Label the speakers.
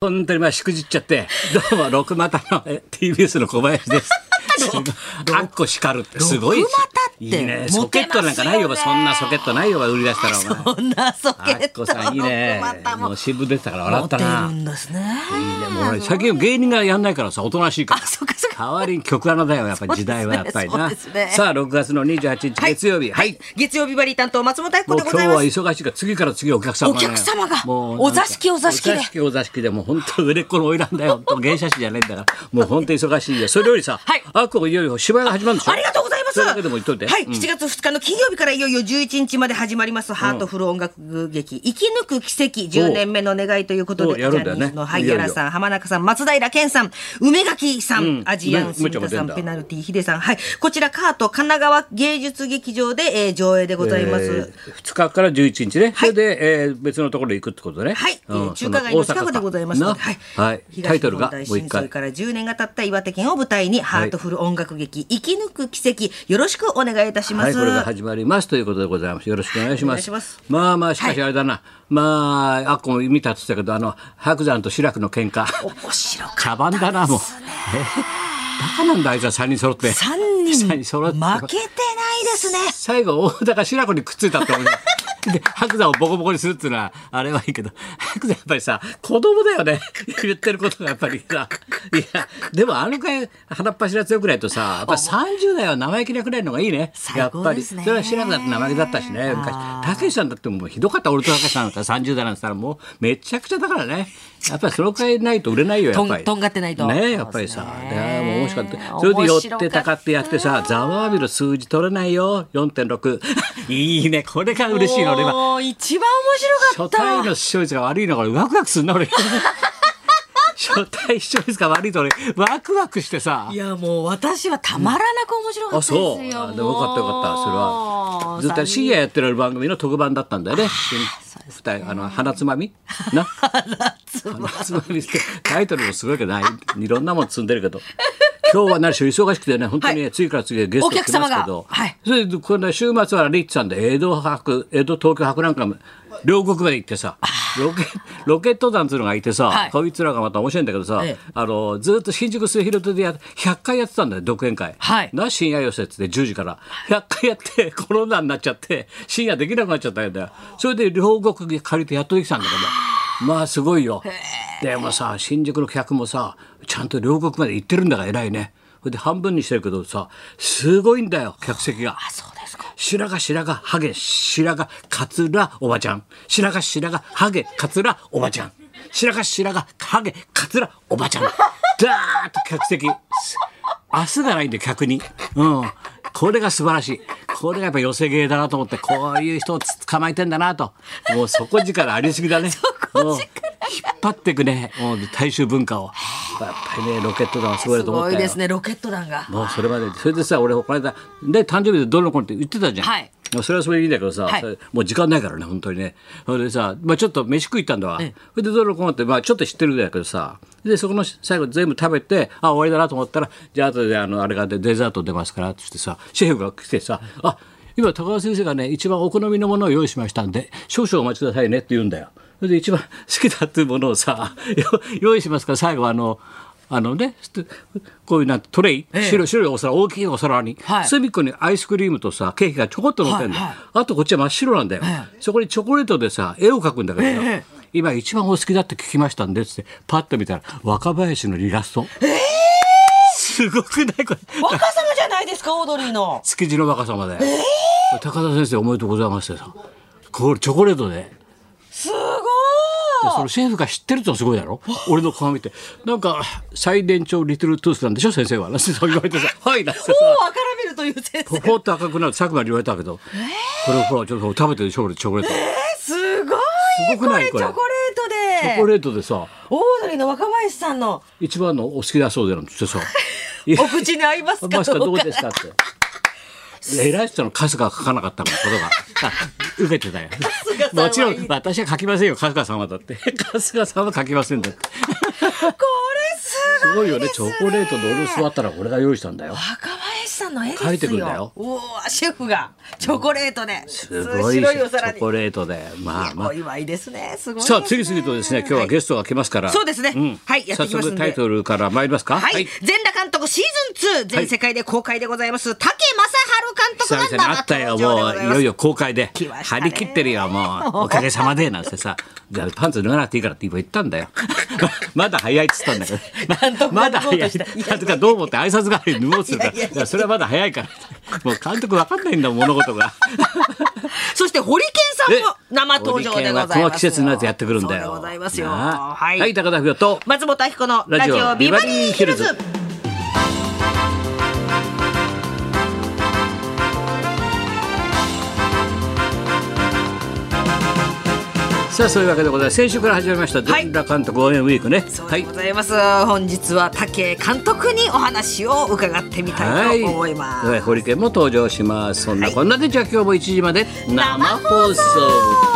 Speaker 1: 本当にまあしくじっちゃって、どうも、六股のえ TBS の小林 です。あっこ叱るってすごい。
Speaker 2: 六股って
Speaker 1: いいね。ソ
Speaker 2: モ
Speaker 1: ケ
Speaker 2: テ
Speaker 1: ッ
Speaker 2: ます
Speaker 1: トなんか
Speaker 2: よね
Speaker 1: ないよ、そんなソケットないよ、売り出したら、お前。
Speaker 2: そんなソケ
Speaker 1: あっ
Speaker 2: ッ
Speaker 1: こ
Speaker 2: ト
Speaker 1: さんいいね
Speaker 2: のまた。
Speaker 1: も
Speaker 2: も
Speaker 1: う新聞出てたから笑
Speaker 2: モ
Speaker 1: った
Speaker 2: テる
Speaker 1: な。
Speaker 2: んですね。
Speaker 1: いいねもう俺最近芸人がやんないからさおとなしいから
Speaker 2: あそっかそっか
Speaker 1: 代わりに曲穴だよやっぱり時代はやっぱりな、
Speaker 2: そうですねそうですね
Speaker 1: さあ6月の28日月曜日はい、
Speaker 2: 月曜日バリー担当松本明
Speaker 1: も
Speaker 2: 子
Speaker 1: う
Speaker 2: で
Speaker 1: 今日
Speaker 2: ござい
Speaker 1: は
Speaker 2: ます。
Speaker 1: 忙しいから次から次お客様が、
Speaker 2: お客様が
Speaker 1: もうなんか
Speaker 2: お座敷お座敷で
Speaker 1: お座敷お座敷でもう本当売れっ子の花魁だよ本当芸者師じゃねえんだからもう本当忙しいよそれよりさ、
Speaker 2: はい
Speaker 1: あっこいよいよ芝居が始まるんでしょ
Speaker 2: ありがとうございます。
Speaker 1: それだけでも言っといて
Speaker 2: はい、
Speaker 1: うん
Speaker 2: 7月2日の金曜日からいよいよ11日まで始まります、ハートフル音楽劇、生き抜く奇跡、10年目の願いということ
Speaker 1: お
Speaker 2: で、
Speaker 1: やるんだよね
Speaker 2: ジャニーズのはい
Speaker 1: いよいよ
Speaker 2: やらさん、浜中さん、松平健さん、梅垣さん、
Speaker 1: ん
Speaker 2: アジアン、
Speaker 1: 梅
Speaker 2: 住
Speaker 1: ちゃんも
Speaker 2: 田
Speaker 1: 出
Speaker 2: さ
Speaker 1: ん
Speaker 2: ん、
Speaker 1: だ
Speaker 2: ペナルティ、ヒデさん、はい、こちらカート神奈川芸術劇場で、えー上映でございます。
Speaker 1: えー2日から11日ね、
Speaker 2: はい
Speaker 1: それで、えー別のところへ行くってことね
Speaker 2: はい、え
Speaker 1: う
Speaker 2: ー
Speaker 1: ん
Speaker 2: 中華街の近くでございますの
Speaker 1: な
Speaker 2: で、はい、
Speaker 1: はいタイトルがも
Speaker 2: 東
Speaker 1: う
Speaker 2: 日
Speaker 1: 一
Speaker 2: 本大震災
Speaker 1: 回
Speaker 2: から10年が経った岩手県を舞台に、ハートフル音楽劇、生き抜く奇跡、よろしくお願いいたしま
Speaker 1: はい、
Speaker 2: す。
Speaker 1: これが始まりますということでございます。よろしくお願いしま
Speaker 2: お願い
Speaker 1: す。
Speaker 2: します
Speaker 1: まあまあ、しかしあれだな、まあ、あっこも見たって言ってたけど、あの白山と白くの喧嘩。
Speaker 2: 面白かった
Speaker 1: 茶番だな、もう。えバカなんだ、あいつは三人揃って。
Speaker 2: 三
Speaker 1: 三
Speaker 2: 人
Speaker 1: 人揃って。
Speaker 2: 負けてないですね。
Speaker 1: 最後、大高白子にくっついたって思います。で白山をボコボコにするっていうのはあれはいいけど白山やっぱりさ子供だよね言ってることがやっぱりさいやでもあのくらい鼻っ柱強くないとさやっぱ30代は生意気なくらいの方がいいねや
Speaker 2: 最
Speaker 1: っ
Speaker 2: 高
Speaker 1: ぱ
Speaker 2: で
Speaker 1: り
Speaker 2: す
Speaker 1: そ
Speaker 2: ね
Speaker 1: れは白子だって生意気だったしね昔たけしさんだってもうひどかった俺とたけしさんだったら30代なんて言ったらもうめちゃくちゃだからねやっぱりそのくらいないと売れないよやっぱり
Speaker 2: とんとんがってないと
Speaker 1: ねやっぱりさ
Speaker 2: そう
Speaker 1: で
Speaker 2: ですね
Speaker 1: もう面白かったそれで寄ってたかってやってさ
Speaker 2: 面白かった
Speaker 1: ざわわびの数字取れないよ4.6 いいねこれが嬉しいの俺は
Speaker 2: もう一番面白
Speaker 1: 初
Speaker 2: か
Speaker 1: 対
Speaker 2: った。
Speaker 1: の視聴率が悪いのがワクワクするな 俺初対視聴率が悪いと俺ワクワクしてさ
Speaker 2: いやもう私はたまらなく面白かったですよ。
Speaker 1: あそうあでもよかったよかったそれはずっと深
Speaker 2: 夜
Speaker 1: 夜やってる番組の特番だったんだよね二人あの花つまみな鼻つまみってタイトルもすごいけどないいろんなもん積んでるけど今日は何しろ忙しくてね本当にね、
Speaker 2: は
Speaker 1: 次から次へゲスト来てますけど
Speaker 2: お客様がはい
Speaker 1: それでこの週末はリッチさんで江戸博江戸東京博覧会も両国まで行ってさロケロケット団っつうのがいてさ、
Speaker 2: はい
Speaker 1: こいつらがまた面白いんだけどさ、
Speaker 2: ええ
Speaker 1: あのずっと新宿末広手でや100回やってたんだよ独演会、
Speaker 2: はい
Speaker 1: な深夜寄せっつって10時から100回やってコロナになっちゃって深夜できなくなっちゃったんだよそれで両国に借りてやっとできたんだけどまあすごいよでもさ新宿の客もさちゃんと両国まで行ってるんだから偉いねそれで半分にしてるけどさすごいんだよ客席が
Speaker 2: あそうですか。
Speaker 1: 白髪白髪ハゲ白髪カツラおばちゃん白髪白髪ハゲカツラおばちゃん白髪白髪ハゲカツラおばちゃんだーっと客席す明日がないんで客にうんこれが素晴らしいこれがやっぱ寄せ芸だなと思ってこういう人を捕まえてんだなともう底力ありすぎ だねうん引っ張っていくねもう大衆文化をやっぱりねロケット団はすごい
Speaker 2: す
Speaker 1: なと思った
Speaker 2: ご
Speaker 1: よ
Speaker 2: いですねロケット弾が。
Speaker 1: もうそれまでそれでさ俺この間で誕生日でどうの子って言ってたじゃん、
Speaker 2: はい
Speaker 1: それはそれでいいんだけどさ、
Speaker 2: はい
Speaker 1: それもう時間ないからね本当にねそれでさ、まあ、ちょっと飯食い行ったんだわ、それでどうの子って、まあ、ちょっと知ってるんだけどさでそこの最後全部食べてあ終わりだなと思ったらじゃあ後であのあれがでデザート出ますからって言ってさシェフが来てさ「あ今高田先生がね一番お好みのものを用意しましたんで少々お待ちくださいね」って言うんだよ。それで一番好きだっていうものをさ よ用意しますから最後はあのあのねしてこういうなんてトレイ、白い白いお皿大きいお皿に、
Speaker 2: はい
Speaker 1: 隅っこにアイスクリームとさケーキがちょこっと乗ってんだよ、
Speaker 2: はいはい
Speaker 1: あとこっちは真っ白なんだよ、そこにチョコレートでさ絵を描くんだけどさ、今一番お好きだって聞きましたんでっつってパッと見たら若林のイラスト、すごくないこれ
Speaker 2: 若様じゃないですかオードリーの。
Speaker 1: 築地の若様で、高田先生おめでとうございますってさこれチョコレートです
Speaker 2: ごい。
Speaker 1: でそのシェフが知ってるってのはすごいだろ俺の顔見てなんか最年長リトルトゥースなんでしょ先生は なんてそう言われてさ「はい」なんてさ
Speaker 2: 頬を赤らめるという先
Speaker 1: ポ
Speaker 2: 生。
Speaker 1: ポッと赤くなる佐久間に言われたけど、これほらちょっと食べてるチョコレートチョコレート、
Speaker 2: すごい。
Speaker 1: すごくないこれ
Speaker 2: これチョコレートで。
Speaker 1: チョコレートでさ
Speaker 2: オードリーの若林さんの
Speaker 1: 一番のお好きだそうでなんて言ってさ「い
Speaker 2: お口に合いま すかど
Speaker 1: マスカど
Speaker 2: う
Speaker 1: う
Speaker 2: か
Speaker 1: でした?」って。偉い人の春日が書かなかったもん言葉あ受けてたよ
Speaker 2: 春日さんはいい
Speaker 1: もちろん私は書きませんよ春日さんはだって春日さんは書きませんだって
Speaker 2: これす
Speaker 1: す
Speaker 2: ご
Speaker 1: ご
Speaker 2: い
Speaker 1: い
Speaker 2: で
Speaker 1: よ
Speaker 2: すね
Speaker 1: ねチョコレートで俺座ったら俺が用意したんだよ
Speaker 2: 若林ささんの絵ですよ
Speaker 1: 描いてくんだよ
Speaker 2: おーシェフがチョコレートで、
Speaker 1: すごいしチ
Speaker 2: 白いお皿
Speaker 1: ョ
Speaker 2: に
Speaker 1: コレートでまあまあ
Speaker 2: お祝いですねすごいですね
Speaker 1: さあ次々とですね今日はゲストが来ますから、
Speaker 2: そうですねはいやっ
Speaker 1: 早
Speaker 2: ていきます
Speaker 1: 速
Speaker 2: んで
Speaker 1: タイトルから参りますか
Speaker 2: はい、全裸監督シーズン2全世界で公開でございます、竹
Speaker 1: 久
Speaker 2: 正
Speaker 1: 々
Speaker 2: 春監督
Speaker 1: に
Speaker 2: が
Speaker 1: 会ったよ
Speaker 2: 生
Speaker 1: も
Speaker 2: 登場
Speaker 1: う
Speaker 2: でござ
Speaker 1: い
Speaker 2: ます
Speaker 1: よいよ公開で
Speaker 2: 来ました
Speaker 1: 張
Speaker 2: ね
Speaker 1: り切ってるよもうおかげさまでなんてさじゃあパンツ脱がなくていいからって今言ったんだ よまだ早いっつったんだけ
Speaker 2: 監
Speaker 1: ど
Speaker 2: 督
Speaker 1: まだ
Speaker 2: が脱ごう
Speaker 1: 早
Speaker 2: と
Speaker 1: い
Speaker 2: したいや
Speaker 1: 監督がどう思って挨拶代わりに脱ごうとするから
Speaker 2: いやいやいや
Speaker 1: いやそれはまだ早いからもう監督わかんないんだもん物事が
Speaker 2: そしてホリケンさんも 生登場でございま
Speaker 1: こ
Speaker 2: す
Speaker 1: の季節のやつやってくるんだよ
Speaker 2: そうでございますよ
Speaker 1: なあ
Speaker 2: はい、
Speaker 1: はい高田文夫と
Speaker 2: 松本明子の
Speaker 1: ラ
Speaker 2: ラ
Speaker 1: ジ
Speaker 2: ジ
Speaker 1: オ
Speaker 2: オビバリーヒルズ
Speaker 1: ビバさあそういうわけでございます先週から始まりました
Speaker 2: はい
Speaker 1: 全裸監督応援ウィークね
Speaker 2: そう
Speaker 1: は
Speaker 2: で
Speaker 1: い
Speaker 2: ございます、本日は竹監督にお話を伺ってみたいと思います、
Speaker 1: はい、堀健も登場しますそんなこんなで、じゃあ今日も1時まで生放送